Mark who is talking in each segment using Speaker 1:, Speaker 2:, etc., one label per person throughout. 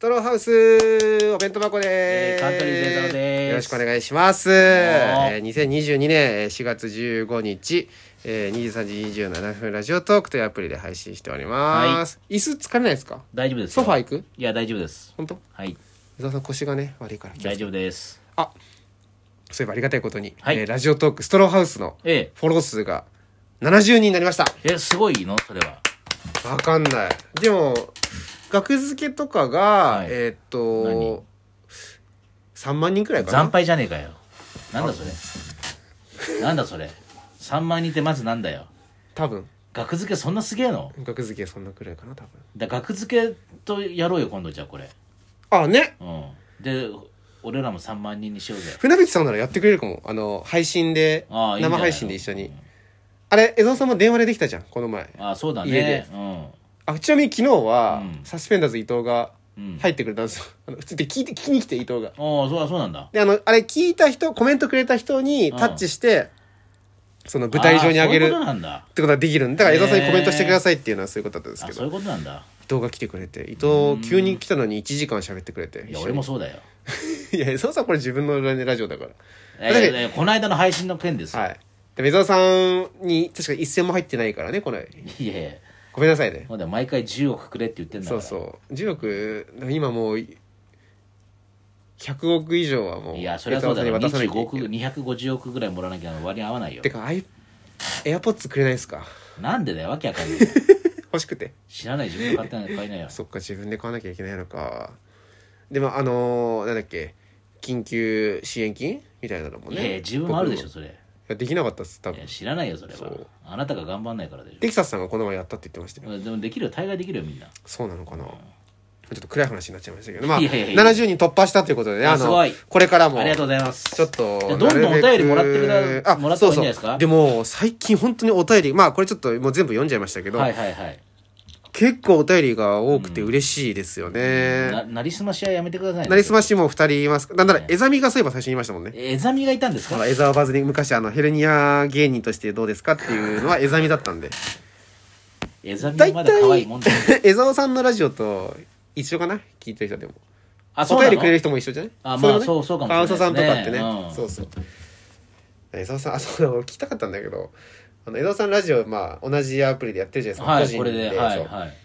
Speaker 1: トローハウスお弁当箱
Speaker 2: え
Speaker 1: で
Speaker 2: ー
Speaker 1: す。
Speaker 2: カントリーゼロです
Speaker 1: よろしくお願いします。えー、2022年えー4月15日、えー、23時27分ラジオトークというアプリで配信しております。椅子疲れないですか
Speaker 2: 大丈夫です
Speaker 1: ソ
Speaker 2: よ
Speaker 1: ファー行く
Speaker 2: いや大丈夫です
Speaker 1: 本当
Speaker 2: はい
Speaker 1: 伊沢さん腰がね、悪いから気を
Speaker 2: 大
Speaker 1: つけて
Speaker 2: 丈夫です
Speaker 1: あ、そういえばありがたいことに、
Speaker 2: はい
Speaker 1: えーラジオトークストローハウスの
Speaker 2: え
Speaker 1: フォロー数が70人になりました。
Speaker 2: ええすごいのそれは
Speaker 1: わかんない。でも、学付けとかが、
Speaker 2: い
Speaker 1: えーっと、3万人くらいかな。
Speaker 2: 惨敗じゃねえかよなんだそれなんだそれ3万人ってまずなんだよ
Speaker 1: 多分。
Speaker 2: 額付けそんなすげえの
Speaker 1: 学付けそんなくらいかな、多分。
Speaker 2: だ額付けとやろうよ今度じゃあこれ
Speaker 1: あ、ね
Speaker 2: うんで俺らも3万人にしようぜ
Speaker 1: 船引さんならやってくれるかも。あの、配信で、
Speaker 2: ああいいんじゃな
Speaker 1: 生
Speaker 2: い
Speaker 1: 配信で一緒に。あれ、江澤さんも電話でできたじゃん、この前。
Speaker 2: ああそうだね
Speaker 1: 家で
Speaker 2: うん
Speaker 1: あ、ちなみに昨日は、
Speaker 2: うん
Speaker 1: サスペンダーズ伊藤が
Speaker 2: うん
Speaker 1: 入ってくれたんですよ。 あの普通で聞いて、聞きに来て伊藤が。
Speaker 2: ああそうだそうなんだ
Speaker 1: で、あの、あれ聞いた人、コメントくれた人にタッチして、その舞台上に上げ
Speaker 2: ああそういう
Speaker 1: る
Speaker 2: こ
Speaker 1: っ
Speaker 2: となんだ
Speaker 1: てことができるんで、だから江澤さんに
Speaker 2: へー
Speaker 1: コメントしてくださいっていうのはそういうことだったんです
Speaker 2: あ
Speaker 1: けど
Speaker 2: そうい。うことなんだ
Speaker 1: 伊藤が来てくれて伊藤急に来たのに1時間喋ってくれて
Speaker 2: い
Speaker 1: 一
Speaker 2: や
Speaker 1: 緒に
Speaker 2: 俺もそうだよ
Speaker 1: いやそうさこれ自分のラジオだか
Speaker 2: えーえーこの間の配信の件です
Speaker 1: ら
Speaker 2: よ
Speaker 1: はいで目沢さんに確か一銭も入ってないからねこの
Speaker 2: いやいや
Speaker 1: ごめんなさいね
Speaker 2: まだ毎回10億くれって言ってんだか
Speaker 1: そ
Speaker 2: ら
Speaker 1: うそう10億今もう100億以上はもう
Speaker 2: やそれはそうだよ
Speaker 1: 江澤さんに渡さなきゃいけ
Speaker 2: 25億
Speaker 1: ない
Speaker 2: 250億ぐらいもらわなきゃ割に合わないよ
Speaker 1: てかあいエアポッツくれないですか
Speaker 2: なんでだよわけわかんない
Speaker 1: 欲しくて
Speaker 2: 知らない自分で買ってない買えないよ
Speaker 1: そっか自分で買わなきゃいけないのかでもあのーなんだっけ緊急支援金みたいなのも
Speaker 2: いやいや
Speaker 1: ね
Speaker 2: 自分もあるでしょ
Speaker 1: 僕
Speaker 2: それい
Speaker 1: いやできなかったっす多分
Speaker 2: や知らないよそれ
Speaker 1: そ
Speaker 2: は
Speaker 1: う
Speaker 2: あなたが頑張んないからでし
Speaker 1: テキサスさんがこの前やったって言ってましたよ、
Speaker 2: ょでもできるよ大概できるよみんな
Speaker 1: そうなのかな、ちょっと暗い話になっちゃいましたけどまあ
Speaker 2: いやいやいや
Speaker 1: 70人突破したということでね
Speaker 2: や
Speaker 1: あ
Speaker 2: す
Speaker 1: の
Speaker 2: ごい
Speaker 1: これからも
Speaker 2: ありがとうございます
Speaker 1: ちょっと
Speaker 2: でどんどんお便りもらってく
Speaker 1: なるべ
Speaker 2: だ
Speaker 1: く
Speaker 2: もらった方がいいんじゃないです
Speaker 1: そうそ
Speaker 2: か
Speaker 1: うでも最近本当にお便りまあこれちょっともう全部読んじゃいましたけど、
Speaker 2: はいはいはい
Speaker 1: 結構お便りが多くて嬉しいですよね、
Speaker 2: ななりすましはやめてくださいね
Speaker 1: なりすましも2人いますなんなら
Speaker 2: ね
Speaker 1: エザミがそういえば最初に言いましたもんね
Speaker 2: えざみがいたんです
Speaker 1: あ
Speaker 2: か
Speaker 1: の江沢バズに昔あのヘルニア芸人としてどうですかっていうのはエザミだったんで
Speaker 2: えざみは
Speaker 1: 大
Speaker 2: まだ可愛い
Speaker 1: 体
Speaker 2: もんだよ
Speaker 1: 江沢さんのラジオと一緒かな聞いてる人でも
Speaker 2: あ
Speaker 1: お
Speaker 2: そう
Speaker 1: 便
Speaker 2: な
Speaker 1: り
Speaker 2: の
Speaker 1: くれる人も一緒じゃない
Speaker 2: あ
Speaker 1: れ
Speaker 2: まあそうそうかもしれ
Speaker 1: カ
Speaker 2: ないですね
Speaker 1: ワウソさんとかってね、
Speaker 2: うん
Speaker 1: そうそう江沢さんあ そうだ俺聞きたかったんだけどあの江沢さんラジオまあ同じアプリでやってるじゃないですか、
Speaker 2: は
Speaker 1: 個
Speaker 2: い
Speaker 1: 人
Speaker 2: これではい
Speaker 1: そう
Speaker 2: はい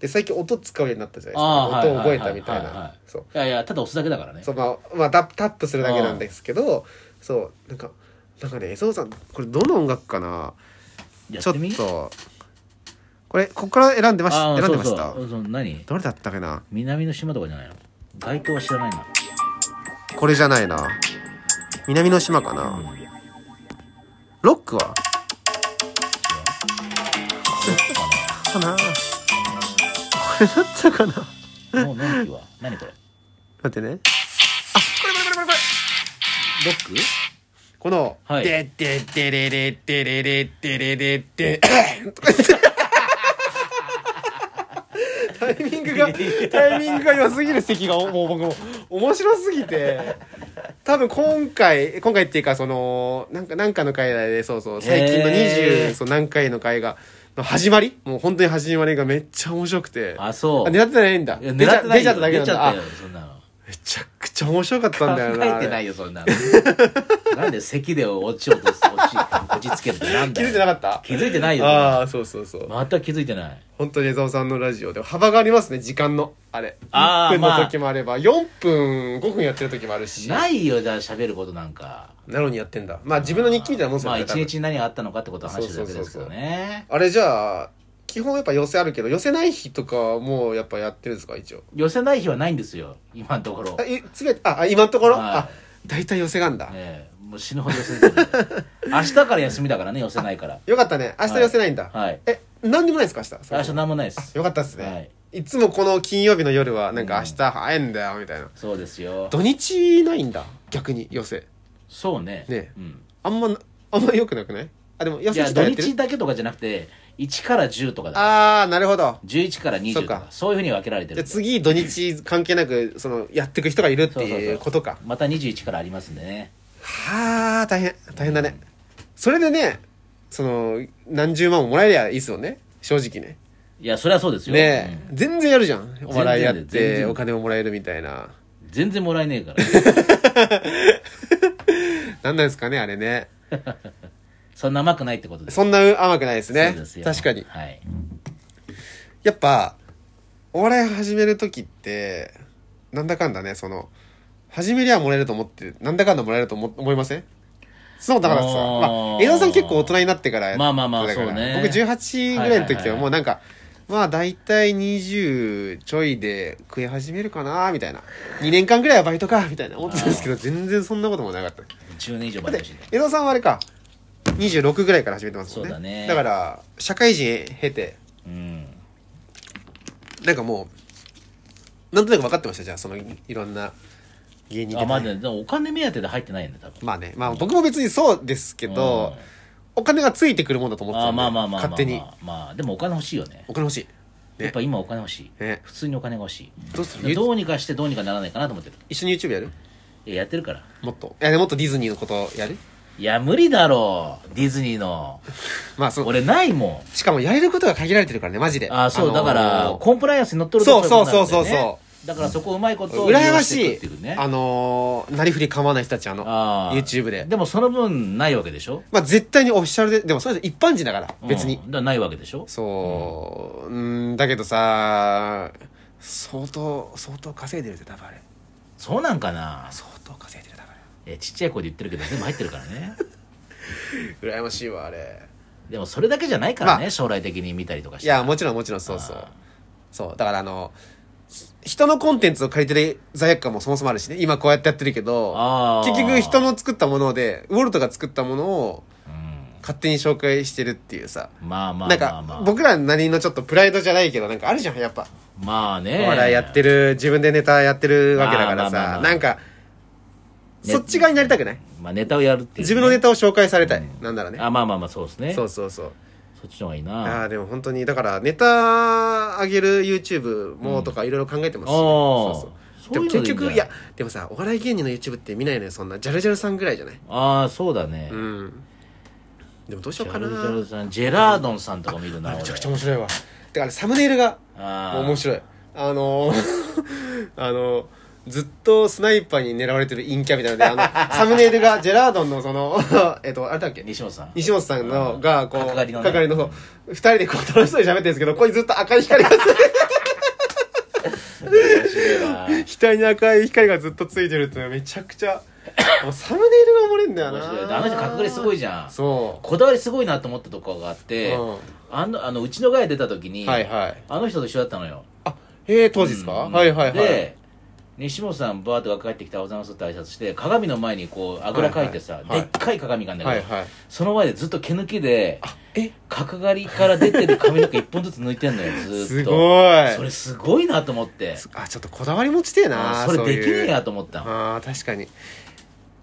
Speaker 1: で最近音使うようになったじゃないです
Speaker 2: ああ
Speaker 1: か
Speaker 2: はい
Speaker 1: 音を覚えたみたい
Speaker 2: はははは
Speaker 1: なそう
Speaker 2: いやいやただ押すだけだからね
Speaker 1: そうまあ、まあ、タタップするだけなんですけどそうなんかなんかね江沢さんこれどの音楽かな
Speaker 2: や
Speaker 1: ちょ
Speaker 2: っ
Speaker 1: って
Speaker 2: み
Speaker 1: とこれここから選んでまし
Speaker 2: あ
Speaker 1: た
Speaker 2: あ
Speaker 1: 選んでました
Speaker 2: そうそうそう何
Speaker 1: どれだったかな
Speaker 2: 南の島とかじゃないの街灯は知らないな
Speaker 1: これじゃないな南の島かな、ロックはかなこれだったかな待
Speaker 2: もうのんきは何こ
Speaker 1: っ
Speaker 2: れ
Speaker 1: てねあこれこれこれこれこれ
Speaker 2: ロック
Speaker 1: この「
Speaker 2: はい
Speaker 1: でででれれでれれでれれで」タイミング がタイミングが良すぎる席がもう僕も面白すぎて多分今回今回っていうかそのなんかなんかの回でそうそう最近の
Speaker 2: へー
Speaker 1: 20そう何回の回がの始まりもう本当に始まりがめっちゃ面白くて
Speaker 2: あそう
Speaker 1: 狙ってないんだ
Speaker 2: いや
Speaker 1: 出ちゃ
Speaker 2: 狙ってな
Speaker 1: 出
Speaker 2: い
Speaker 1: ちゃっただけな
Speaker 2: 出
Speaker 1: ん
Speaker 2: ちゃ
Speaker 1: だ
Speaker 2: っ
Speaker 1: あ
Speaker 2: たよそんなの
Speaker 1: めちゃくちゃ面白かったんだよ
Speaker 2: 考
Speaker 1: な
Speaker 2: えてない
Speaker 1: よ
Speaker 2: よそんなのなんで席で落ち落とす落ち落ち着けるってなんだ
Speaker 1: 気
Speaker 2: よ
Speaker 1: づいてなかった
Speaker 2: 気づいてないよ
Speaker 1: ああそうそうそう
Speaker 2: 全く気づいてない
Speaker 1: 本当に江澤さんのラジオで幅がありますね時間のあれ
Speaker 2: あー
Speaker 1: 1分
Speaker 2: ま
Speaker 1: の
Speaker 2: あ
Speaker 1: 時もあれば4分5分やってる時もあるしな
Speaker 2: ないよじゃあ喋ることなんか
Speaker 1: のにやってんだまあ自分の日記みたいなもんですよ
Speaker 2: まあ
Speaker 1: ね
Speaker 2: 一
Speaker 1: 多分
Speaker 2: 日に何があったのかってことを話してるだけですけどね
Speaker 1: あれじゃあ基本やっぱ寄せあるけど寄せない日とかはもうやっぱやってるんですか一応
Speaker 2: 寄せない日はないんですよ今のところ
Speaker 1: あい全てああ今のところ、
Speaker 2: はい
Speaker 1: あ大体寄せがんだ、
Speaker 2: ええもう死ぬほど寄せてる明日から休みだからね寄せないから
Speaker 1: よかったね明日寄せないんだ、
Speaker 2: はい
Speaker 1: え何でもないですか明日
Speaker 2: 明日何もないです
Speaker 1: よかったっすね、
Speaker 2: はいい、
Speaker 1: つもこの金曜日の夜はなんか明日早いんだよみたいな、
Speaker 2: そうですよ
Speaker 1: 土日ないんだ逆に寄せ
Speaker 2: そうね
Speaker 1: ね
Speaker 2: うん、
Speaker 1: あんまな、あんま良くなくないあ、でも、安
Speaker 2: いや
Speaker 1: 自体
Speaker 2: 土
Speaker 1: やって
Speaker 2: 日
Speaker 1: る
Speaker 2: だけとかじゃなくて1から10とかだ
Speaker 1: あー、なるほど。
Speaker 2: 11から20と
Speaker 1: そう
Speaker 2: か
Speaker 1: か
Speaker 2: そういうふうに分けられて
Speaker 1: じゃ
Speaker 2: る
Speaker 1: あ次、土日関係なく、その、やってく人がいるって
Speaker 2: そうそう
Speaker 1: い
Speaker 2: そう
Speaker 1: うことか。
Speaker 2: また21からありますんでね
Speaker 1: はー、大変、大変だね。それでね、その、何十万ももらえりゃいいっすよね。正直ね。
Speaker 2: いやそれはそうですよ、
Speaker 1: ねえ、全然やるじゃんお笑いやっ
Speaker 2: 全然全
Speaker 1: て
Speaker 2: 然
Speaker 1: お金ももらえるみたいな
Speaker 2: うん全然もらえねえか ら
Speaker 1: なんなんですかねあれね
Speaker 2: そんな甘くないってことです
Speaker 1: そんな甘くないですね
Speaker 2: そうですよ
Speaker 1: 確かに
Speaker 2: はい
Speaker 1: やっぱお笑い始める時ってなんだかんだねその始めりゃもらえると思ってなんだかんだもらえると思思いませんそうだからさ、
Speaker 2: あー
Speaker 1: まあ、江戸さん結構大人になってから
Speaker 2: まあまあまあ
Speaker 1: だから
Speaker 2: そうね
Speaker 1: 僕18ぐらいの時
Speaker 2: はいはいはい
Speaker 1: は
Speaker 2: はい
Speaker 1: もうなんか、まあ大体20ちょいで食い始めるかなみたいな2年間ぐらいはバイトかみたいな思ってたんですけど全然そんなこともなかった
Speaker 2: 10年以上
Speaker 1: だ
Speaker 2: 前
Speaker 1: って
Speaker 2: だしね
Speaker 1: 江戸さんはあれか26ぐらいから始めてますもんね
Speaker 2: そうだね
Speaker 1: だから社会人経て
Speaker 2: うん
Speaker 1: なんかもうなんとなく分かってましたじゃあそのいいろんな芸人
Speaker 2: あ
Speaker 1: で
Speaker 2: まあでもお金目当てで入ってないんだ多分
Speaker 1: まあねまあ僕も別にそうですけど、お金がついてくるもんだと思
Speaker 2: うん
Speaker 1: ってたん
Speaker 2: あ
Speaker 1: で
Speaker 2: まあまあまあまあ
Speaker 1: 勝手に
Speaker 2: まあまあでもお金欲しいよね
Speaker 1: お金欲しいね
Speaker 2: やっぱ今お金欲しい
Speaker 1: ね
Speaker 2: 普通にお金が欲し
Speaker 1: どうする
Speaker 2: い
Speaker 1: ゆ
Speaker 2: どうにかしてどうにかならないかなと思ってる
Speaker 1: 一緒に YouTube やる
Speaker 2: いややってるから
Speaker 1: もっといやでもっとディズニーのことやる
Speaker 2: いや無理だろうディズニーの
Speaker 1: まあその
Speaker 2: 俺ないも
Speaker 1: しかもやれることが限られてるからねマジで
Speaker 2: んああそう
Speaker 1: のー
Speaker 2: だからコンプライアンスに乗っとる
Speaker 1: そう
Speaker 2: といこと
Speaker 1: そうそう
Speaker 2: になるんだよね
Speaker 1: そう
Speaker 2: だからそこをうまいことを利用
Speaker 1: 羨ま
Speaker 2: て
Speaker 1: し
Speaker 2: くってう
Speaker 1: い
Speaker 2: ね
Speaker 1: あのーなりふり構わない人たちあの
Speaker 2: ああ
Speaker 1: YouTube で
Speaker 2: でもその分ないわけでしょ
Speaker 1: まあ絶対にオフィシャルででもそれは一般人だから別に
Speaker 2: うん、だからないわけでしょ
Speaker 1: そう、うん、だけどさ相当相当稼いでるぜ多分あれ
Speaker 2: そうなんかな
Speaker 1: 相当稼いでる多分
Speaker 2: えちっちゃい声で言ってるけど全部入ってるからね
Speaker 1: あれ羨ましいわあれ
Speaker 2: でもそれだけじゃないからね、
Speaker 1: ま
Speaker 2: 将来的に見たりとか
Speaker 1: い
Speaker 2: してい
Speaker 1: やもちろんもちろんそうそう
Speaker 2: あ
Speaker 1: そうだからあの人のコンテンツを借りてる罪悪感もそもそもあるしね今こうやってやってるけど
Speaker 2: あー
Speaker 1: 結局人の作ったものでウォルトが作ったものを
Speaker 2: うん
Speaker 1: 勝手に紹介してるっていうさ
Speaker 2: まあまあ
Speaker 1: なん
Speaker 2: まあま
Speaker 1: か
Speaker 2: あ
Speaker 1: 僕らなりのちょっとプライドじゃないけどなんかあるじゃんやっぱ
Speaker 2: まあね
Speaker 1: お笑いやってる自分でネタやってるわけだから
Speaker 2: まあまあまあま
Speaker 1: さ
Speaker 2: あ
Speaker 1: なんか
Speaker 2: ね
Speaker 1: そっち側になりたくない
Speaker 2: まあネタをやるっていうね、
Speaker 1: 自分のネタを紹介されたいなんならね
Speaker 2: あまあまあまあそうですね
Speaker 1: そ
Speaker 2: そう
Speaker 1: そうそう
Speaker 2: っちの方がいい
Speaker 1: あ
Speaker 2: な
Speaker 1: あでも本当にだからネタ上げる YouTube もとかいろいろ考えてますし
Speaker 2: あー
Speaker 1: そうそう
Speaker 2: そう
Speaker 1: で
Speaker 2: いう
Speaker 1: も
Speaker 2: ので
Speaker 1: 結
Speaker 2: いいんじゃない
Speaker 1: 局いやでもさお笑い芸人の YouTube って見ないのよそんなジャルジャルさんぐらいじゃない
Speaker 2: ああそうだね、
Speaker 1: うんでもどうし
Speaker 2: ジ
Speaker 1: ようか
Speaker 2: ャ
Speaker 1: な
Speaker 2: ルジャルさんジェラードンさんとか見るな
Speaker 1: あめ
Speaker 2: 俺
Speaker 1: ちゃくちゃ面白いわだからサムネイルが
Speaker 2: ああ
Speaker 1: 面白いあのー あのーずっとスナイパーに狙われてる陰キャみたいなのであ のサムネイルがジェラードンのその えっとあれだっけ
Speaker 2: 西本さん
Speaker 1: 西本さんのがこう
Speaker 2: 係のね
Speaker 1: 係のそう二人でこう楽しそうに喋ってるんですけどここにずっと赤い 光が
Speaker 2: 面白いわ
Speaker 1: 額に赤い光がずっとついてるっていうのはめちゃくちゃもうサムネイルがおもれんだよ
Speaker 2: 面
Speaker 1: な
Speaker 2: 白いであの人角刈りすごいじゃん
Speaker 1: そ
Speaker 2: こだわりすごいなと思ったとこがあって、
Speaker 1: うん
Speaker 2: あのあのうちのガヤ出た時に、
Speaker 1: うはいはい
Speaker 2: あの人と一緒だったのよ
Speaker 1: あえー、当時ですか、
Speaker 2: うん
Speaker 1: はいはいはい
Speaker 2: で西本さんバーッと帰ってきたおはようございますって挨拶して鏡の前にこうあぐらかいてさ、
Speaker 1: はいはい
Speaker 2: でっかい鏡があるんだけ
Speaker 1: は
Speaker 2: ど、
Speaker 1: いはい
Speaker 2: その前でずっと毛抜きで
Speaker 1: あえ
Speaker 2: 角刈りから出てる髪の毛一本ずつ抜いてんのよずーっと
Speaker 1: すごい
Speaker 2: それすごいなと思って
Speaker 1: あちょっとこだわり持ちてえな
Speaker 2: あそれ
Speaker 1: ういう
Speaker 2: できねえやと思ったの
Speaker 1: ああ確かに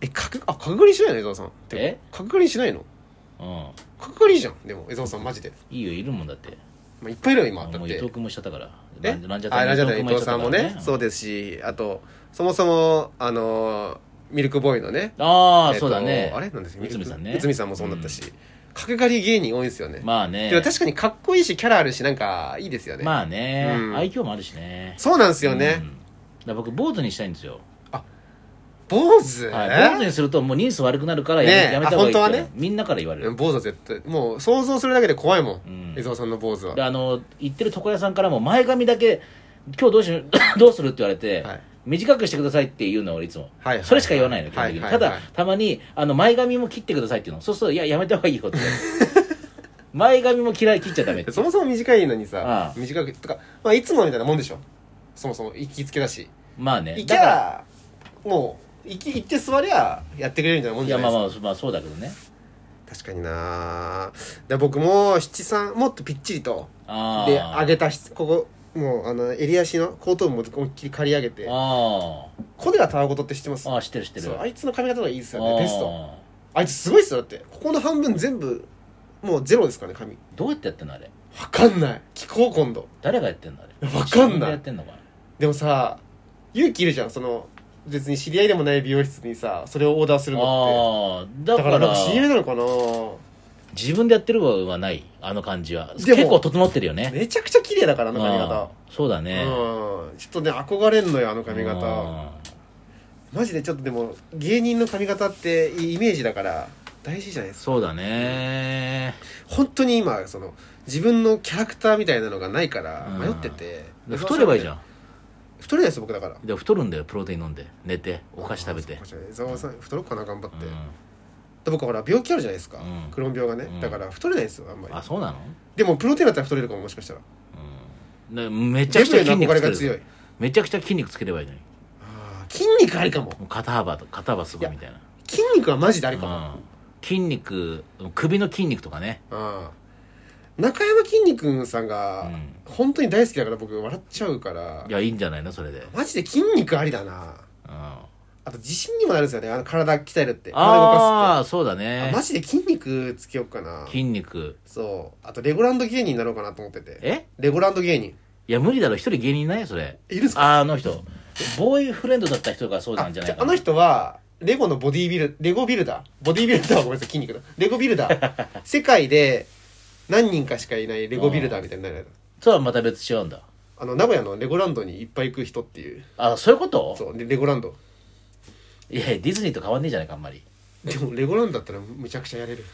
Speaker 1: えかくあ角刈りしないの江澤さんてか
Speaker 2: え
Speaker 1: 角刈りしないの
Speaker 2: うん
Speaker 1: 角刈りいいじゃんでも江澤さんマジで、
Speaker 2: いいよいるもんだって
Speaker 1: まあ、いっぱいいるよ今だ
Speaker 2: も
Speaker 1: っ
Speaker 2: う伊
Speaker 1: て
Speaker 2: 藤君もしちゃったから
Speaker 1: え
Speaker 2: ランランジャタ
Speaker 1: あ
Speaker 2: イ
Speaker 1: ランジャタ
Speaker 2: 伊
Speaker 1: イ
Speaker 2: 藤
Speaker 1: 伊
Speaker 2: 君
Speaker 1: 藤さんも
Speaker 2: しちゃった
Speaker 1: ね
Speaker 2: から
Speaker 1: そうですしあとそもそもあのーミルクボーイのね
Speaker 2: ああ、
Speaker 1: えっと
Speaker 2: そうだね
Speaker 1: あれなんです
Speaker 2: 内海さんね
Speaker 1: 内海さんもそうだったし、角刈り芸人多いですよね、
Speaker 2: まあね
Speaker 1: でも確かにかっこいいしキャラあるしなんかいいですよね、
Speaker 2: まあね、
Speaker 1: うん
Speaker 2: 愛嬌もあるしね
Speaker 1: そうなんです
Speaker 2: う
Speaker 1: よね、
Speaker 2: んだから僕坊主にしたいんですよ、
Speaker 1: 坊主、
Speaker 2: はい、坊主にするともう人数悪くなるからやめ,、
Speaker 1: ねえ
Speaker 2: やめた方がいいって
Speaker 1: あ本当はね
Speaker 2: みんなから言われる、
Speaker 1: 坊主は絶対もう想像するだけで怖いも
Speaker 2: うん
Speaker 1: ん、江澤さんの坊主は
Speaker 2: であの行ってる床屋さんからも前髪だけ今日どうし どうするって言われて、
Speaker 1: はい
Speaker 2: 短くしてくださいって言うの俺いつも、
Speaker 1: はいはい
Speaker 2: それしか言わないの基本的に、
Speaker 1: はいはい
Speaker 2: ただ、
Speaker 1: はい
Speaker 2: たまにあの前髪も切ってくださいっていうのそうするといややめた方がいいよって 前髪も嫌い切っちゃダメって
Speaker 1: そもそも短いのに
Speaker 2: あ
Speaker 1: さ
Speaker 2: あ
Speaker 1: 短くとか、まあ、いつもみたいなもんでしょそもそも行きつけだし
Speaker 2: まあね
Speaker 1: 行き
Speaker 2: だから
Speaker 1: ゃもう行き行って座りゃやってくれるみたいなもん
Speaker 2: い
Speaker 1: じゃ
Speaker 2: や
Speaker 1: ない
Speaker 2: まあ
Speaker 1: ですか
Speaker 2: まあまあそうだけどね
Speaker 1: 確かになで僕も七三もっとぴっちりと
Speaker 2: ああ
Speaker 1: で上げたしここもうあの襟足の後頭部も思いっきり刈り上げて
Speaker 2: あ
Speaker 1: 小寺たわごとって知ってます
Speaker 2: ーあー知ってる知ってる
Speaker 1: そうあいつの髪型がいいですよ
Speaker 2: あ
Speaker 1: ね
Speaker 2: ー
Speaker 1: ベストあいつすごいっすよだってここの半分全部もうゼロですからね髪
Speaker 2: どうやってやってんのあれ
Speaker 1: わかんない聞こう今度
Speaker 2: 誰がやってんのあれ
Speaker 1: わかんない
Speaker 2: 自分でやってんのかな
Speaker 1: でもさ勇気いるじゃんその別に知り合いでもない美容室にさそれをオーダーするのって
Speaker 2: ああだ
Speaker 1: だか
Speaker 2: から
Speaker 1: な
Speaker 2: ら
Speaker 1: んか知り合いなのかな
Speaker 2: 自分でやってるはないあの感じは
Speaker 1: でも
Speaker 2: 結構整ってるよね
Speaker 1: めちゃくちゃ綺麗だからあの髪
Speaker 2: あ
Speaker 1: 型
Speaker 2: あそうだね
Speaker 1: うんちょっとね憧れんのよあの髪型
Speaker 2: あ
Speaker 1: マジでちょっとでも芸人の髪型っていいイメージだから大事じゃないで
Speaker 2: あ
Speaker 1: すか
Speaker 2: そうだね
Speaker 1: 本当に今その自分のキャラクターみたいなのがないから
Speaker 2: うん
Speaker 1: 迷ってて
Speaker 2: で太ればいいじゃ
Speaker 1: ん
Speaker 2: ん
Speaker 1: 太れないです僕だから
Speaker 2: で太るんだよプロテイン飲んで寝てお菓子食べて
Speaker 1: あそっか伊沢さん太ろうかな頑張って、
Speaker 2: う
Speaker 1: で僕ほら病気あるじゃないですか、
Speaker 2: うん
Speaker 1: クローン病がね、
Speaker 2: うん
Speaker 1: だから太れないですよあんま
Speaker 2: んあ
Speaker 1: り
Speaker 2: そうなの
Speaker 1: でもプロテインだったら太れるかももしかしたら
Speaker 2: うんでめちゃ
Speaker 1: デ
Speaker 2: く
Speaker 1: ブ
Speaker 2: ちゃ
Speaker 1: への
Speaker 2: 筋
Speaker 1: 憧
Speaker 2: 肉
Speaker 1: れ
Speaker 2: つけ
Speaker 1: が
Speaker 2: る
Speaker 1: 強い
Speaker 2: めちゃくちゃ筋肉つければいいのに
Speaker 1: あー筋肉ありかも
Speaker 2: もう肩幅と肩幅すごいみたいな
Speaker 1: 筋肉はマジでありかも、
Speaker 2: うん筋肉首の筋肉とかね
Speaker 1: ああ中山きんに君さんが
Speaker 2: うん
Speaker 1: 本当に大好きだから僕笑っちゃうから
Speaker 2: いやいいんじゃないのそれで
Speaker 1: マジで筋肉ありだな
Speaker 2: うんあ
Speaker 1: あと自信にもなるんですよねあの体鍛えるって体動
Speaker 2: あ
Speaker 1: か
Speaker 2: ーそうだ
Speaker 1: すってあ
Speaker 2: ね
Speaker 1: マジで筋肉つけようかな
Speaker 2: 筋肉
Speaker 1: そうあとレゴランド芸人になろうかなと思ってて
Speaker 2: え
Speaker 1: レゴランド芸人
Speaker 2: いや無理だろ一人芸人いないそれ
Speaker 1: いるんすか
Speaker 2: ああの人ボーイフレンドだった人がそうな
Speaker 1: あ
Speaker 2: んじ
Speaker 1: じ
Speaker 2: ゃ
Speaker 1: ゃ
Speaker 2: ない
Speaker 1: あ
Speaker 2: か
Speaker 1: あ
Speaker 2: な
Speaker 1: の人はレゴのボディビルレゴビルダーボディビルダーはごめんなさい筋 肉だレゴビルダー世界で何人かしかいないレゴビルダーみたいになる
Speaker 2: とはまた別違うんだ
Speaker 1: あの名古屋のレゴランドにいっぱい行く人っていう
Speaker 2: あそういうこと
Speaker 1: そうでレゴランド
Speaker 2: いやディズニーと変わんねえじゃないかあ んまり
Speaker 1: でもレゴランドだったらむちゃくちゃやれる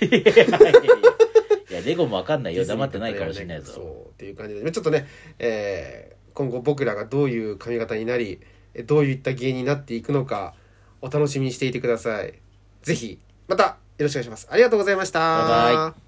Speaker 2: いやいやいやいやレゴもわかんない
Speaker 1: デ
Speaker 2: よ
Speaker 1: ィズニー
Speaker 2: 黙ってないかもしれない
Speaker 1: そ
Speaker 2: ぞ
Speaker 1: うっていう感じでちょっとね、えー今後僕らがどういう髪型になりえどういった芸人になっていくのかお楽しみにしていてくださいぜひまたよろしくお願いしますありがとうございました
Speaker 2: バイバイ